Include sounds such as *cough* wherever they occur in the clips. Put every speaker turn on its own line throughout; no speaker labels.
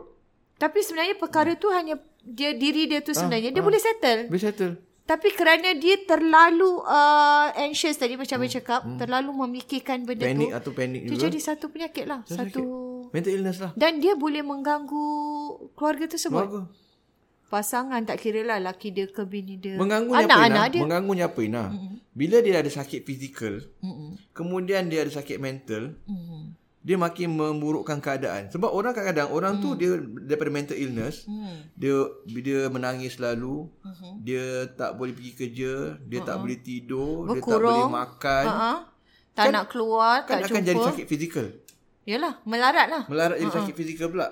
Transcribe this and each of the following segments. tapi sebenarnya perkara tu hanya dia diri dia
Ah,
tu sebenarnya dia boleh settle.
boleh settle.
Tapi kerana dia terlalu uh, anxious tadi macam hmm. cakap, terlalu memikirkan benda tu.
Panik atau panik
Dia
lah juga.
jadi satu penyakit lah. Satu, satu
Mental illness lah.
dan dia boleh mengganggu keluarga tersebut.
Bagus.
Pasangan tak kira lah laki dia ke bini dia.
Mengganggunya apa Ina?
Anak-anak dia.
Mengganggunya apa Ina? Bila dia ada sakit fizikal,
Hmm,
kemudian dia ada sakit mental,
Mm-mm.
dia makin memburukkan keadaan. Sebab orang kadang-kadang orang
Mm.
tu dia daripada mental illness,
hmm.
dia dia menangis selalu,
Mm-hmm.
dia tak boleh pergi kerja, dia tak boleh tidur, dia tak
Berkurung.
boleh makan.
Ha-ha. Tak nak keluar,
Kan
tak
akan
jumpa.
jadi sakit fizikal.
Yalah, melarat lah.
Melarat jadi sakit fizikal pula.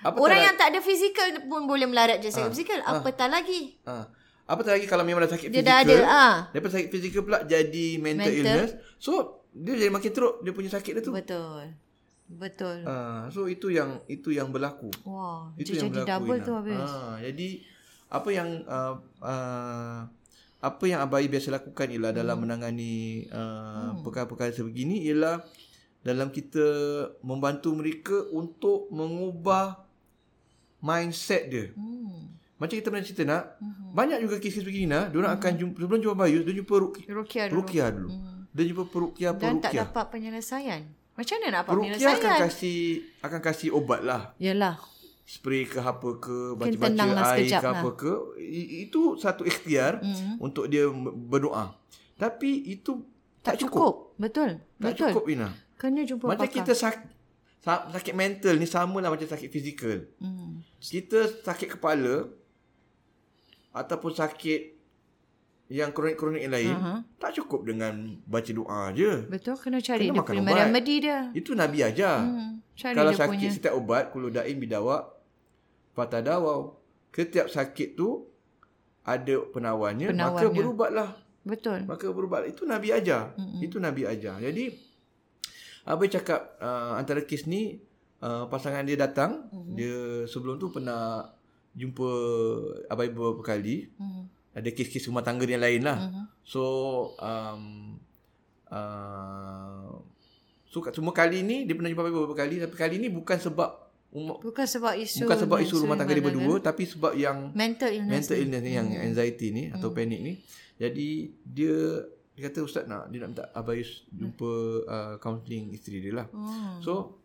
Apa Ah.
Orang yang tak ada fizikal pun boleh melarat je sakit fizikal. Apatah lagi.
Ha. Apa tak lagi kalau memang dah sakit
Dia
fizikal.
dah ada, ah.
Daripada sakit fizikal pula jadi mental,
Mental.
illness. So, dia jadi makin teruk dia punya sakit dia tu.
Betul. Betul.
Ah, so itu yang itu yang berlaku.
Wah,
Itu
dia
yang
jadi
berlaku.
double
Ina.
tu habis.
Ah, jadi apa yang uh, uh, apa yang abai biasa lakukan ialah
Hmm.
dalam menangani uh, perkara-perkara sebegini ialah dalam kita membantu mereka untuk mengubah mindset dia.
Hmm.
Macam kita pernah cerita nak
Mhm.
Banyak juga kes-kes begini nak Diorang akan jumpa Sebelum jumpa Bayus Dia jumpa Ruki,
Rukia dulu. Hmm.
Rukia dulu Dia jumpa perukia
Dan tak
Perukia
dapat penyelesaian. Macam mana nak dapat
Perukia akan
penyelesaian?
kasih Akan kasih obat lah
Yalah.
Spray ke apa ke Baca-baca
tenang lah
air ke
sekejap lah. Mhm.
apa ke I- Itu satu ikhtiar
Hmm.
Untuk dia berdoa Tapi itu Tak, cukup.
Cukup. Betul.
Tak
Betul.
cukup Ina
Kena jumpa
Macam
pakar.
kita sak, sa- sakit mental ni Sama lah macam sakit fizikal
Hmm.
kita sakit kepala ataupun sakit yang kronik-kronik yang lain
Aha.
uh-huh. tak cukup dengan baca doa je.
Betul kena cari
Kena
dia
makan
punya
ubat.
remedy dia.
Itu Nabi ajar.
Hmm. Cari
Kalau
dia
sakit
punya.
setiap ubat kuludain bidawa fatadawaw. Setiap sakit tu ada penawarnya, maka
Penawarnya.
berubatlah.
Betul.
Maka berubat. Itu Nabi ajar. Mm-hmm. Itu Nabi ajar. Jadi Abang cakap uh, antara kes ni uh, pasangan dia datang, mm-hmm. dia sebelum tu pernah jumpa abai beberapa kali.
Hmm.
Ada kes-kes rumah tangga yang lain lah.
Mhm.
Mm-hmm. So um, uh, so kat semua kali ni dia pernah jumpa abai beberapa kali tapi kali ni bukan sebab rumah,
Bukan sebab isu kan?
bukan sebab isu rumah tangga dia berdua tapi sebab yang
Mental illness. Hmm.
mental illness ni yang anxiety ni atau panic ni jadi dia dia kata ustaz nak dia nak minta abayus jumpa uh, counselling isteri dia lah
Hmm.
so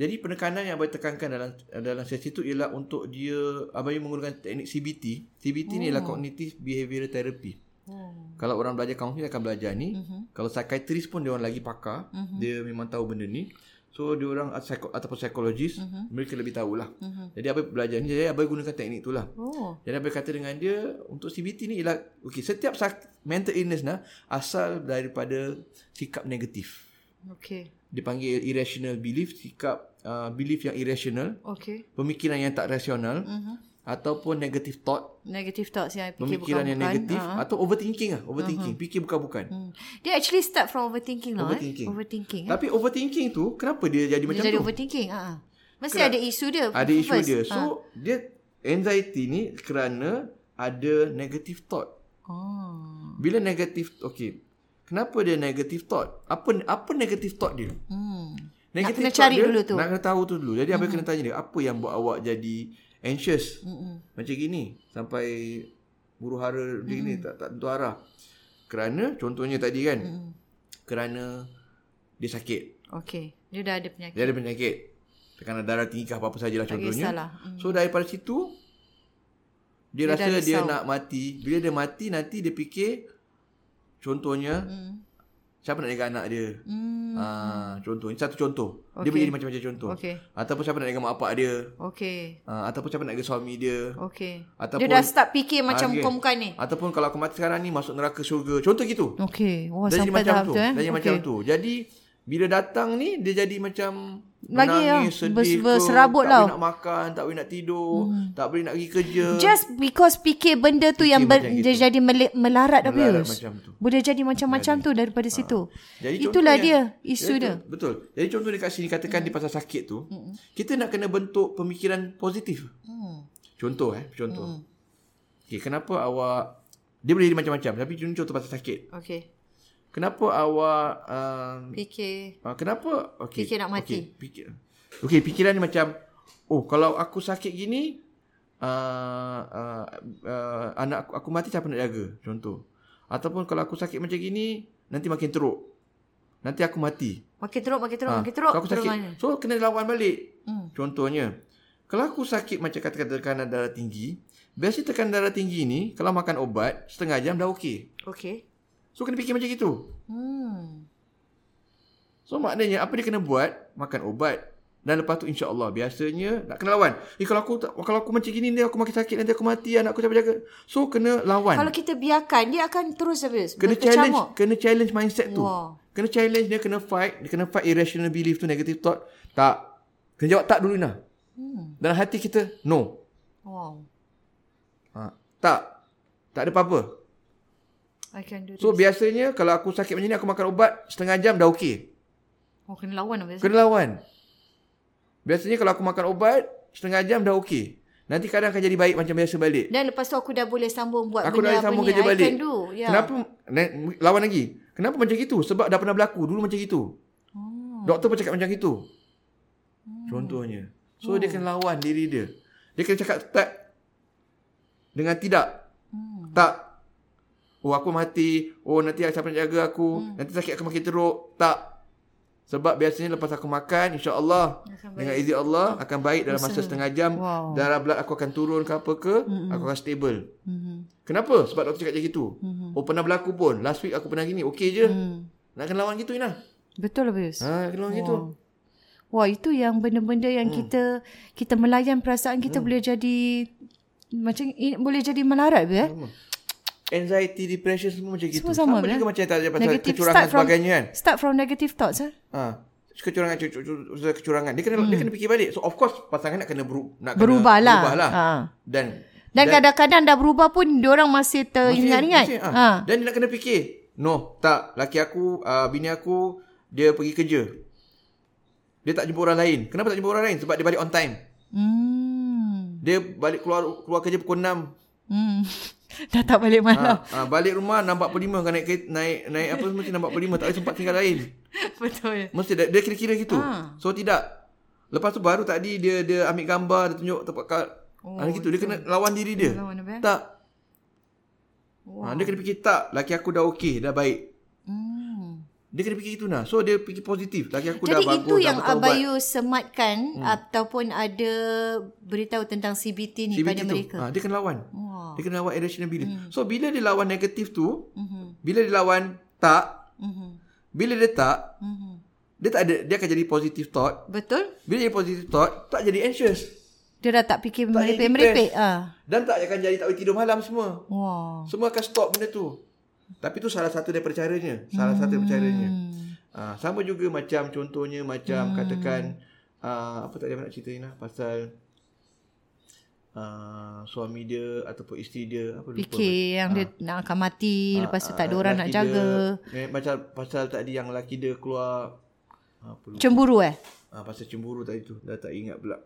jadi penekanan yang abai tekankan dalam dalam sesi tu ialah untuk dia abai menggunakan teknik CBT CBT ni ialah cognitive behavioral therapy
Oh.
kalau orang belajar counselling akan belajar
Hmm.
ni. Mm-hmm. Kalau psychiatrist pun dia orang lagi pakar, mm-hmm. dia memang tahu benda ni. So dia orang at- psycho- ataupun psikologis,
Hmm.
mm-hmm. mereka lebih tahulah. Mm-hmm. Jadi apa belajar ni, jadi apa gunakan teknik tu lah.
Oh.
Jadi apa kata dengan dia untuk CBT ni ialah okey setiap sak- mental illness nah asal daripada sikap negatif.
Okay.
Dipanggil irrational belief, sikap uh, belief yang irrational,
Okay.
pemikiran yang tak rasional mm-hmm. ataupun negative thought,
Negative thoughts yang I Mhm. fikir
pemikiran yang
bukan-bukan.
negatif
Ah.
atau overthinking ah, overthinking, fikir bukan-bukan.
Hmm. Dia actually start from overthinking lah.
Overthinking.
Eh? Overthinking.
Tapi overthinking tu kenapa dia jadi
Dia
macam
jadi
tu?
overthinking. Ah. Mesti
Kerana
ada isu dia.
Ada isu
first. Ha.
dia. So dia anxiety ni kerana ada negative thought.
Oh.
Bila negative okay. Kenapa dia negative thought? Apa apa negative thought dia?
Hmm.
Negative
kena
thought
cari
dia,
dulu tu. Hmm.
Nak kena tahu tu dulu. Jadi mm-hmm. abang kena tanya dia, apa yang buat awak jadi anxious?
Mm-mm.
Macam gini sampai huru hara macam gini
Hmm.
tak tak tentu arah. Kerana contohnya tadi kan.
hmm.
Mm-hmm. Kerana dia sakit.
Okay. Dia dah ada penyakit.
Dia ada penyakit tekanan darah tinggi ke apa-apa sajalah
Tak
Ya, contohnya.
kisahlah. Hmm.
So daripada situ dia,
Dia
dia rasa
dah
dia
risau.
nak mati. Bila dia mati nanti dia fikir contohnya
Hmm.
siapa nak jaga anak dia.
Hmm.
Ah, contoh. Ini satu contoh. Dia
Okey.
boleh jadi macam-macam contoh.
Okay.
Ataupun siapa nak jaga mak bapak dia.
Okay.
Ah, ataupun siapa nak jaga suami dia.
Okay.
Ataupun-
dia dah start fikir macam
Ah,
okay.
okey.
bukan ni.
Ataupun kalau aku mati sekarang ni masuk neraka syurga. Contoh gitu.
Okay. Wah, Oh,
Dia jadi
sampai
macam
tahap
tu.
tu eh.
Dia jadi
okay.
macam tu. Jadi bila datang ni dia jadi macam
Lagi lah.
Menangis, sedih
Bers- berserabut lah. Hmm. tau.
ke, Tak boleh nak makan, tak boleh nak tidur, tak boleh nak pergi kerja.
Just because fikir benda tu yang ber,
macam
dia jadi mele- melarat dah
Melarat
Pius.
macam tu. Ah.
Boleh jadi macam-macam tu daripada situ.
Jadi
Itulah
contohnya-
dia isu
Jadi
dia.
tu- Betul. Jadi contoh dekat sini katakan di pasal sakit tu, kita nak kena bentuk pemikiran positif.
Mm.
Contoh eh, contoh. Okay, kenapa awak dia boleh jadi macam-macam tapi contoh pasal sakit.
Okey.
Kenapa awak um,
Fikir.
uh, kenapa okay,
Fikir nak mati.
Okay, fikir, okay, fikiran ni macam oh kalau aku sakit gini uh, uh, uh, anak aku, aku mati siapa nak jaga contoh. Ataupun kalau aku sakit macam gini nanti makin teruk. Nanti aku mati.
Makin teruk, makin teruk,
Ah,
makin teruk.
Kalau aku
Teruk
sakit.
mana?
So kena lawan balik.
Hmm.
Contohnya, kalau aku sakit macam kata-kata tekanan darah tinggi, biasanya tekanan darah tinggi ni kalau makan obat setengah jam dah okey.
Okey.
So kena fikir macam gitu.
Hmm.
So maknanya apa dia kena buat? Makan obat dan lepas tu insya-Allah biasanya nak kena lawan. Eh kalau aku tak, kalau aku macam gini ni aku makin sakit nanti aku mati anak aku siapa jaga. So kena lawan.
Kalau kita biarkan, dia akan terus habis.
kena challenge kena challenge mindset tu.
Wah.
Kena challenge dia kena fight, dia kena fight irrational belief tu negative thought. Tak. Kena jawab tak dulu nah.
Hmm.
Dalam hati kita no.
Wow.
Ha. Tak. Tak ada apa-apa.
I can do this.
So biasanya kalau aku sakit macam ni aku makan obat setengah jam dah okey.
oh, kena lawan habis.
Kena lawan. Biasanya kalau aku makan obat setengah jam dah okey. Nanti kadang akan jadi baik macam biasa balik.
Dan lepas tu aku dah boleh sambung buat
Aku
benda
dah
apa
sambung
ni.
kerja
I
balik.
can do. Ya. Yeah.
Kenapa na- lawan lagi? Kenapa macam gitu? Sebab dah pernah berlaku dulu macam gitu.
Oh.
Doktor pun cakap macam gitu. Contohnya. So dia kena lawan diri dia. Dia kena cakap tak dengan tidak.
Hmm.
Tak. Oh aku mati. Oh nanti siapa nak jaga aku. Nanti sakit aku makin teruk. Tak. Sebab biasanya lepas aku makan insya-Allah
Akan
dengan izin Allah akan baik dalam masa
Usaha.
setengah jam.
Wow.
Darah blood aku akan turun ke apa ke, aku akan stable.
Hmm.
Kenapa? Sebab doktor cakap macam gitu. Oh pernah berlaku pun. Last week aku pernah gini. Okey je.
Hmm.
Nak kena lawan gitu Inah.
Betul habis.
Ha, kena lawan gitu.
Wah, itu yang benda-benda
Hmm.
yang kita kita melayan perasaan kita boleh jadi macam ini boleh jadi melarat be. Eh?
Anxiety, depression semua macam gitu.
Semua sama,
sama
kan?
juga macam tadi pasal
Negative
kecurangan
start from
sebagainya kan.
start from negative thoughts eh.
Ha. Kecurangan, cu- cu- cu- pasal kecurangan. Dia kena, dia kena fikir balik. So of course pasangan nak kena, beru, nak kena
Mm. Berubahlah.
berubahlah.
Ha.
Dan
Dan kadang-kadang dah berubah pun diorang masih teringat-ingat.
Masih- masih,
Ha.
ah. Dan dia nak kena fikir. No, tak. Laki aku, uh, bini aku, dia pergi kerja. Dia tak jumpa orang lain. Kenapa tak jumpa orang lain? Sebab dia balik on time.
Hmm.
Dia balik keluar keluar kerja pukul 6.
Hmm. *laughs* dah tak balik malam.
Ha, ha, balik rumah 6.45 kan naik kereta- naik naik apa mesti 6.45 tak ada sempat tinggal lain.
*laughs* Betul.
Mesti dia, dia kira-kira gitu.
Ah.
So tidak. Lepas tu baru tadi dia dia ambil gambar, dia tunjuk tempat kat
Oh,
oh, gitu. Dia kena lawan diri dia.
Kena lawan apa, eh?
Tak.
Wow.
Ha, dia kena fikir tak, laki aku dah okey, dah baik.
Hmm.
Dia kena fikir gitu nah. So dia fikir positif. Laki aku Hmm.
Jadi
dah bagus.
itu yang
dah bertaubat.
Abayu sematkan ataupun ada beritahu tentang CBT ni
CBT
pada
tu.
mereka.
Ha, dia kena lawan.
Wow. Hmm.
Dia kena lawan irrational belief. So bila dia lawan negatif tu,
Mhm.
bila dia lawan tak,
Mhm.
bila dia tak,
Mhm.
dia tak ada dia akan jadi positive thought.
Betul?
Bila jadi positive thought, tak jadi anxious.
Dia dah tak fikir
Tak jadi
merepek-merepek.
depressed.
Ah.
Dan tak akan jadi tak boleh tidur malam semua.
Wow.
Semua akan stop benda tu. Tapi tu salah satu daripada caranya. Salah satu daripada caranya.
Hmm.
Ha, sama juga macam contohnya macam hmm. katakan uh, apa tak ada nak cerita Ina pasal uh, suami dia ataupun isteri dia apa lupa.
Fikir yang dia nak akan mati, lepas tu
Ah,
tak ada orang nak
laki
jaga.
Dia, eh, macam pasal tadi yang laki dia keluar apa lupa.
Cemburu eh?
Ah, pasal cemburu tadi tu. Dah tak ingat pula.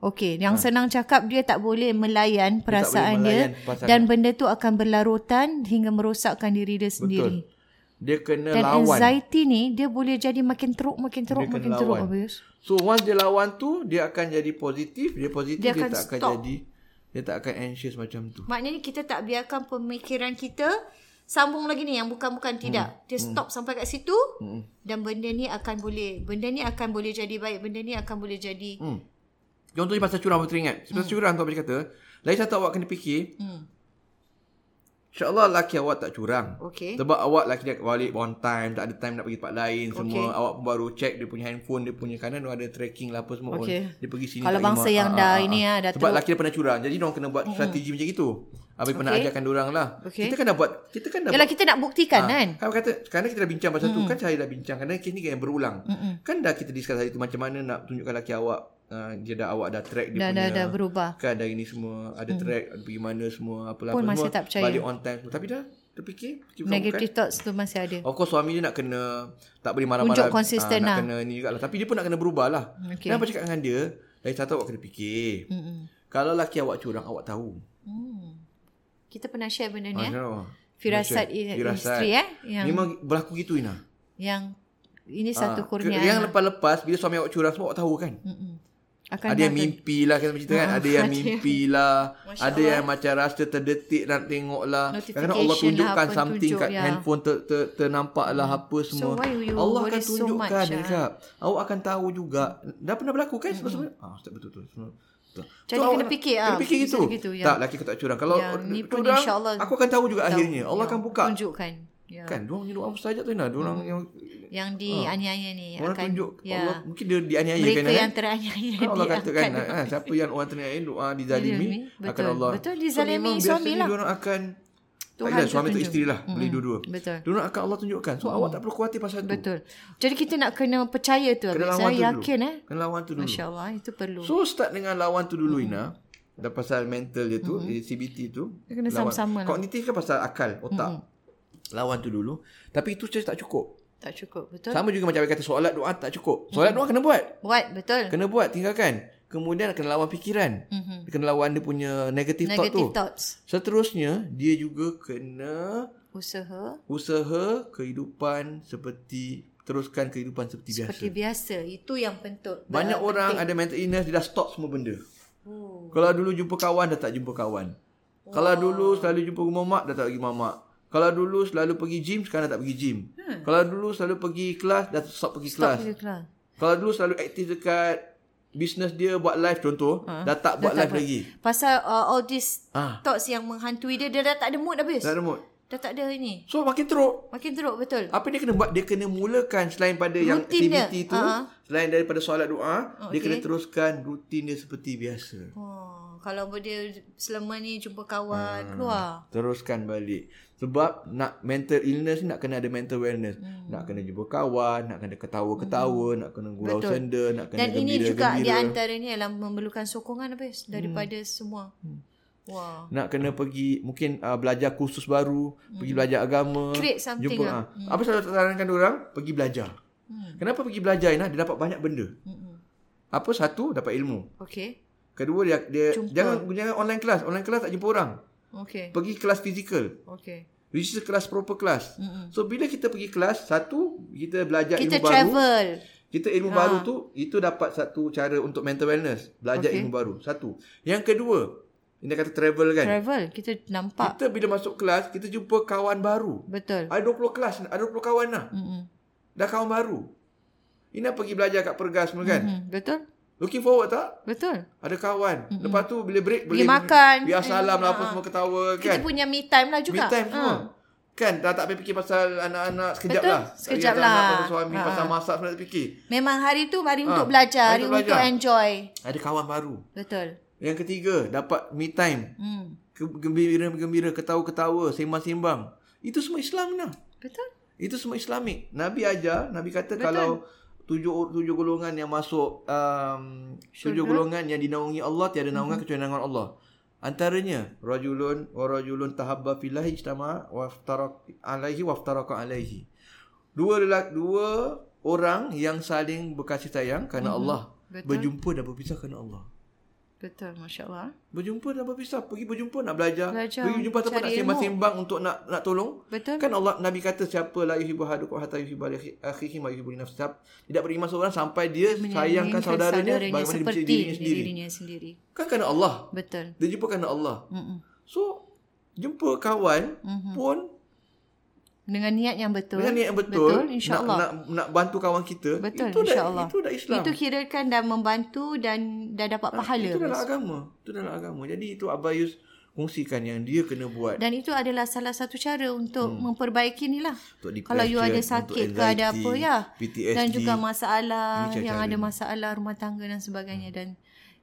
Okey, yang
Ah.
senang cakap dia tak boleh melayan perasaan dia,
melayan pasangan.
dan benda tu akan berlarutan hingga merosakkan diri dia sendiri.
Betul. Dia kena
Dan
lawan.
anxiety ni dia boleh jadi makin teruk, makin teruk,
Dia kena
makin teruk
lawan.
habis.
So once dia lawan tu dia akan jadi positif, dia positif
Dia
dia, dia
akan
tak akan
stop.
jadi dia tak akan anxious macam tu.
Maknanya kita tak biarkan pemikiran kita sambung lagi ni yang bukan-bukan tidak. Hmm. Dia stop hmm. sampai kat situ hmm. dan benda ni akan boleh benda ni akan boleh jadi baik, benda ni akan boleh jadi
Hmm. Contohnya pasal curang aku teringat. Pasal hmm. curang tu apa dia kata, lagi satu awak kena fikir,
hmm.
InsyaAllah laki awak tak curang.
Okey.
Sebab awak laki dia balik on time, tak ada time nak pergi tempat lain semua.
Okey.
Awak pun baru check dia punya handphone, dia punya kanan dia ada tracking lah apa semua. Oh,
Okey.
Dia pergi sini.
Kalau
tak
bangsa
imat.
yang
Ah,
dah
ah, ah.
ini ah, dah
Sebab
teruk.
laki dia pernah curang. Jadi dia kena buat strategi macam itu. Habis pernah
Okey.
ajarkan orang lah.
Okey.
Kita kan dah buat, kita kan dah
Yalah kita nak buktikan kan.
Ha, kan kata sekarang kita dah bincang pasal mm. tu kan saya dah bincang kerana kes ni kan yang berulang. Mm-mm. Kan dah kita discuss hari tu macam mana nak tunjukkan laki awak uh, dia dah awak dah track dia
Dah-
punya.
dah- dah berubah.
Kan dah ini semua ada track pergi mana semua apalah
Pun
apa
masih
semua.
tak percaya.
Balik on time semua. Tapi dah terfikir fikir
Negative thoughts tu masih ada.
Of course suami dia nak kena tak boleh marah-marah.
Tunjuk konsisten
ah, nak
lah. Mm,
kena ni jugalah. Tapi dia pun nak kena berubah lah.
Okey.
Dan apa cakap dengan dia, dari satu awak kena fikir.
Mm-mm.
Kalau laki awak curang awak tahu.
Hmm. Kita pernah share benda ni
Ah,
eh.
kenapa?
Firasat, i-
Firasat.
isteri eh yang
Memang berlaku gitu Ina.
yang ini satu
Ah,
kurnia.
Yang lepas-lepas bila suami awak curang semua awak tahu kan.
akan
Ada yang mimpi lah kita
Ah,
cerita kan. Ada yang mimpi lah.
Masya
Ada yang macam rasa terdetik nak tengok lah. Kadang-kadang Allah
Notification lah,
tunjukkan
apa
something
tunjuk,
kat
ya. Hmm.
handphone ter, ter, ternampak lah apa semua.
why you
Allah akan
worry so
tunjukkan
much,
so
ah?
Kak. Awak akan tahu juga. Dah pernah berlaku kan sebelum Ah, Ustaz, betul betul. Betul. Betul.
Jadi
awak
kena
nak-
fikir,
Kena
ah,
fikir
bisa
gitu.
gitu, ya.
Tak, lelaki aku tak curang. Kalau
Yang ni pun
curang,
insyaAllah
aku akan tahu juga akhirnya. Allah
yang
akan buka.
Tunjukkan. Ya.
Kan, diorang punya doa mustajab tu Ina. Diorang yang
Yang dianiaya ni
Orang
akan
tunjuk
Hmm. ya.
Allah mungkin dia dianiaya
mereka
kan.
yang teraniaya
Kan Allah kata kan
diangkat.
ha, siapa yang orang teraniaya doa dizalimi
Dizalimi,
akan
betul.
Allah.
Betul, dizalimi
memang
suami
biasanya
lah.
Diorang akan
Tuhan
Tuhan tak
tu
suami atau
tunjuk.
isteri lah mm boleh dua-dua.
Betul.
Diorang akan Allah tunjukkan. So awak tak perlu khawatir pasal tu.
Betul. Jadi kita nak kena percaya tu.
Kena
Abang.
lawan
Saya
tu
yakin
dulu.
eh.
Kena lawan tu dulu.
Masya Allah itu perlu.
So start dengan lawan tu dulu Ina. Dah pasal mental dia tu, mm CBT tu.
Dia kena
lawan.
sama-sama lah.
Kognitif kan pasal akal, otak. Lawan tu dulu. Tapi itu saja tak cukup.
tak cukup betul.
Sama juga macam saya kata solat doa tak cukup. Solat doa kena buat.
Buat betul.
Kena buat tinggalkan. Kemudian kena lawan fikiran. Mm-hmm. Kena lawan dia punya negative,
Mhm. Negative
thought tu.
thoughts.
Seterusnya dia juga kena
Usaha
usaha kehidupan seperti teruskan kehidupan seperti biasa.
seperti biasa. Itu yang penting.
Banyak orang ada mental illness dia dah stop semua benda.
Oh.
Kalau dulu jumpa kawan dah tak jumpa kawan. Kalau dulu selalu jumpa rumah mak dah tak pergi rumah mak. Kalau dulu selalu pergi gym sekarang dah tak pergi gym. Hmm. Kalau dulu selalu pergi kelas dah stop pergi kelas.
Pergi kelas.
Kalau dulu selalu aktif dekat bisnes dia buat live contoh, ha, dah tak buat live lagi.
Pasal uh, all these
Ah.
thoughts yang menghantui dia, dia dah tak ada mood habis.
Tak ada mood.
Dah tak ada ini.
So makin teruk.
Makin teruk betul.
Apa dia kena buat? Dia kena mulakan selain pada yang
Rutin dia.
aktiviti tu,
Ah.
selain daripada solat doa,
Oh, okey.
dia kena teruskan rutin dia seperti biasa.
Oh, kalau dia selama ni jumpa kawan,
Hmm.
keluar.
Teruskan balik. Sebab nak mental illness ni nak kena ada mental wellness.
Hmm.
Nak kena jumpa kawan, nak kena ketawa-ketawa, nak kena gurau
Betul.
senda, nak kena
Dan ini
gembira-gembira. kan.
juga di antaranya ialah memerlukan sokongan habis daripada
Hmm.
semua. Wah.
nak kena pergi mungkin uh, belajar kursus baru, pergi belajar
Hmm.
agama,
Create something
jumpa
lah. Hmm.
ah. Apa selalu tak sarankan orang pergi belajar. Kenapa pergi belajar Ina? Dia dapat banyak benda. Apa satu dapat ilmu.
Okey.
Kedua dia, dia
Jumpa.
jangan jangan online kelas. Online kelas tak jumpa orang.
Okey.
Pergi kelas fizikal.
Okey.
Which is kelas proper kelas. So bila kita pergi kelas satu kita belajar
Hmm. Kita
ilmu baru. Kan?
travel. Ha.
Kita ilmu baru tu itu dapat satu cara untuk mental wellness, belajar ilmu baru. Satu. Yang kedua, ini kata travel kan.
Travel kita nampak
Kita bila masuk kelas, kita jumpa kawan baru.
betul.
Ada 20 kelas, ada 20 kawan lah.
Mm-mm.
Dah kawan baru. Ina pergi belajar kat Pergas semua kan.
Hmm, betul.
Looking forward tak?
Betul.
Ada kawan. Mm-hmm. Lepas tu bila break
Pergi makan.
Biar salam lah apa
Ah.
semua ketawa
Kita
kan.
punya me time lah juga.
Me time semua.
Ha.
Kan dah tak payah fikir pasal anak-anak sekejap
Betul,
lah. Tak payah
sekejap
pasal anak,
lah.
Pasal suami,
Ha.
pasal masak semua nak fikir.
Memang hari tu hari
Ha,
untuk belajar, hari,
hari untuk
untuk
belajar.
enjoy.
Ada kawan baru.
Betul.
Yang ketiga, dapat me time.
Hmm.
Ke- Gembira-gembira, ketawa-ketawa, sembang-sembang. Itu semua Islam lah.
Betul.
Itu semua Islamik. Nabi ajar, Nabi kata Betul. kalau tujuh tujuh golongan yang masuk um, tujuh golongan yang dinaungi Allah tiada naungan
Mhm.
mm-hmm. kecuali naungan Allah. Antaranya rajulun wa rajulun tahabba fillahi ijtama wa iftaraq alaihi wa iftaraqa alaihi. Dua lelaki, dua orang yang saling berkasih sayang kerana mm-hmm. Allah.
Mhm. Betul.
Berjumpa dan berpisah kerana Allah.
Betul, masya-Allah.
Berjumpa dan berpisah, pergi berjumpa nak belajar,
Belajar,
pergi berjumpa tempat nak
cari ilmu.
sembang-sembang untuk nak nak tolong.
Betul.
Kan Allah Nabi kata siapa la yuhibbu ahadukum hatta yuhibba li akhihi ma yuhibbu li nafsihi. Siapa- Tidak beriman seorang sampai dia sayangkan
Menyayangi
saudaranya sebagaimana dia
seperti
mencintai dirinya sendiri.
dirinya sendiri.
Kan kerana Allah.
Betul.
Dia jumpa kerana Allah.
Mm-mm.
So jumpa kawan
Mhm.
pun
Dengan niat yang betul.
dengan niat yang betul,
Betul, insya-Allah.
nak, nak nak bantu kawan kita
Betul,
itu dah
insya-Allah.
itu dah Islam. Ah,
Itu kirakan dan membantu dan dah dapat pahala.
lah. Itu dalam agama. Itu dalam agama. Jadi itu Abayus kongsikan yang dia kena buat
Dan itu adalah salah satu cara untuk hmm. memperbaiki ni lah.
untuk depression,
Kalau you ada
untuk
sakit ke ada
anxiety,
apa ya.
PTSD.
Dan juga masalah
Ini cara-cara
yang ada
dia. Hmm.
masalah rumah tangga dan sebagainya. Dan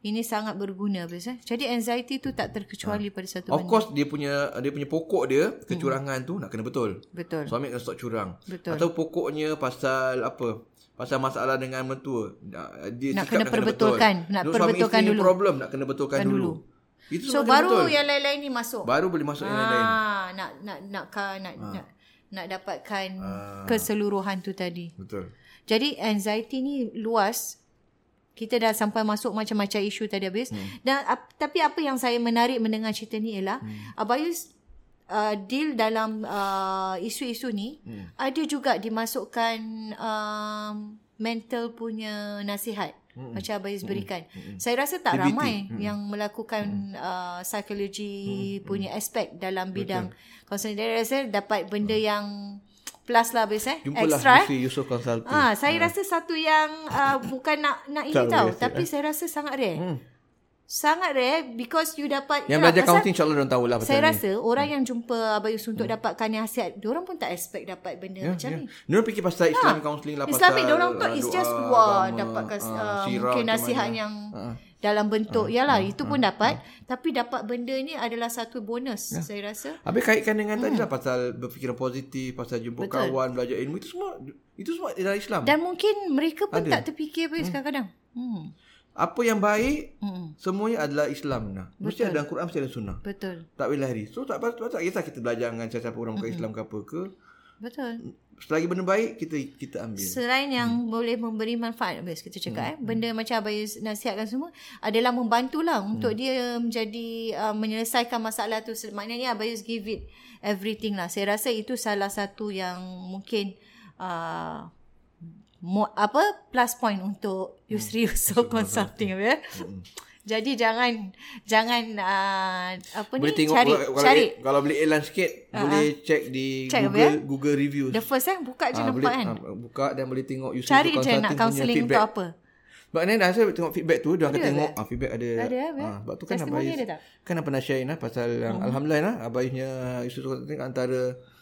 ini sangat berguna. Biasa. Jadi anxiety tu tak terkecuali pada satu benda.
Of course dia punya dia punya pokok dia
Hmm.
kecurangan tu nak kena betul.
Betul.
Suami akan stop curang.
Betul.
Atau pokoknya pasal apa? Pasal masalah dengan mentua. Nak- Dia
Nak
sikap
kena perbetulkan.
betul.
Nak
Duk
perbetulkan
suami isteri
dulu.
problem nak kena betulkan dulu. dulu. Itu
So
semua kena
baru
betul.
yang lain-lain ni masuk.
baru boleh masuk yang lain-lain. Ah.
Ah, nak nak nak ka- nak nak nak dapatkan keseluruhan tu tadi.
Betul.
Jadi anxiety ni luas. Kita dah sampai masuk macam-macam isu tadi habis. Hmm. Dan ap, tapi apa yang saya menarik mendengar cerita ni ialah hmm. Abayus uh, deal dalam uh, isu-isu ni hmm. ada juga dimasukkan um, mental punya nasihat. Hmm. Macam Abayus berikan. Hmm. Saya rasa tak
PBT.
ramai hmm. yang melakukan uh, psikologi hmm. punya aspek dalam bidang counseling. Saya rasa dapat benda yang plus Hmm. lah Abayus eh.
Jumpalah
Extra eh.
Mesti Yusof Consulting.
Ah, saya rasa satu yang uh, bukan nak nak ini
Hmm. Tak
tahu,
boleh, eh.
tapi saya rasa sangat rare. Hmm. Sangat rare because you dapat
Yang
Yalah,
belajar
pasal
counting insyaAllah diorang tahu lah pasal
Saya
ni.
rasa orang yang jumpa Abang Yus
Hmm.
untuk dapatkan nasihat, diorang pun tak expect dapat benda
Ya,
yeah, macam yeah. ni.
Diorang fikir pasal Islam counselling lah. pasal,
Islamic diorang
ah,
thought it's
doa,
just wah
agama,
dapatkan uh,
ah, sirah
mungkin
macam
nasihat
mana. Ah.
yang dalam bentuk yalah itu pun dapat, tapi dapat benda ni adalah satu bonus
Ya.
saya rasa.
Habis kaitkan dengan
Hmm.
tadi lah pasal berfikiran positif, pasal jumpa Betul. kawan, belajar ilmu. Itu semua itu semua dalam Islam. Dan,
Dan mungkin mereka pun tak terfikir pun kadang-kadang. Hmm.
Apa yang baik,
Hmm.
semuanya adalah Islam. Nah. Mesti ada dalam Quran, mesti ada sunnah.
Betul.
Tak boleh lari. So tak, tak, tak kisah kita belajar dengan siapa-siapa orang bukan Islam ke apa ke.
Betul.
Selagi benda baik, kita kita ambil.
Selain
Mm.
yang hmm. boleh memberi manfaat Abis kita cakap hmm. eh Benda macam Abayus nasihatkan semua Adalah membantulah Untuk
Mm.
dia menjadi uh, Menyelesaikan masalah tu Se- Maknanya Abayus give it Everything lah Saya rasa itu salah satu yang Mungkin uh, mo, Apa Plus point untuk
Mm.
Yusri *laughs* Yusof Consulting ya. Jadi jangan Jangan uh, Apa
boleh
ni
tengok
Cari
kalau,
Cari Ah,
Kalau, kalau beli elan sikit, boleh check di
Check apa
Google, Google reviews.
The first eh Buka je
Ah,
nampak
boleh,
kan
ah, buka dan boleh tengok Yusuf
Cari
Consulting
je nak
punya
counselling
feedback.
untuk apa
Maknanya dah saya tengok feedback tu, dia akan tengok ah, feedback ada.
Ada, ada.
Ah, sebab tu kan
Testimoni
Abayus,
ada tak?
kan dah pernah share nah, pasal yang Alhamdulillah nah, Abayusnya Yusuf Consulting antara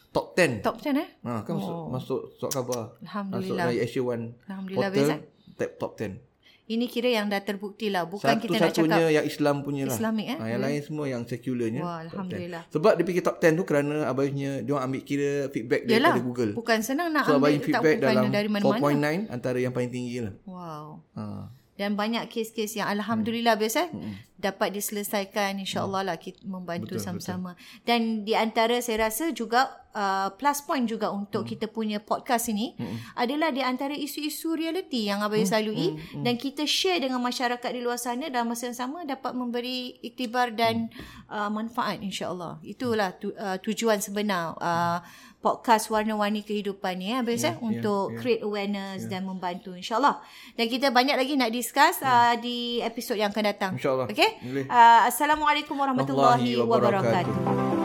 top 10.
Top macam mana eh
Ah, kan masuk, masuk surat khabar. Masuk
Alhamdulillah.
dari Asia One
Alhamdulillah,
portal,
Abayus,
tab top 10.
Ini kira yang dah terbukti lah. Bukan kita nak cakap.
Satu-satunya yang Islam punya lah.
Islamic, eh?
Ah, yang lain semua yang sekularnya.
Wah,
top
Alhamdulillah.
10. Sebab dia fikir top 10 tu kerana Abayusnya, dia orang ambil kira feedback
Yelah.
daripada Google.
Bukan senang nak
So,
ambil. Tak
Abayus feedback
bukan
dalam
dari mana-mana.
4.9 antara yang paling tinggi lah.
Wow.
Ah.
Dan banyak kes-kes yang Alhamdulillah biasa eh, dapat diselesaikan. InsyaAllah lah kita membantu sama-sama. Dan di antara saya rasa juga uh, plus point juga untuk kita punya podcast ini adalah di antara isu-isu realiti yang Abang Yus lalui dan kita share dengan masyarakat di luar sana dalam masa yang sama dapat memberi iktibar dan uh, manfaat insyaAllah. Itulah tu, uh, tujuan sebenar uh, podcast Warna-Warni Kehidupan ni ya, Abang Yus eh, untuk create awareness dan membantu insyaAllah. Dan kita banyak lagi nak discuss uh, di episod yang akan datang.
InsyaAllah.
Okay?
Boleh.
Uh, Assalamualaikum warahmatullahi
Warahmatullahi wabarakatuh.
wabarakatuh.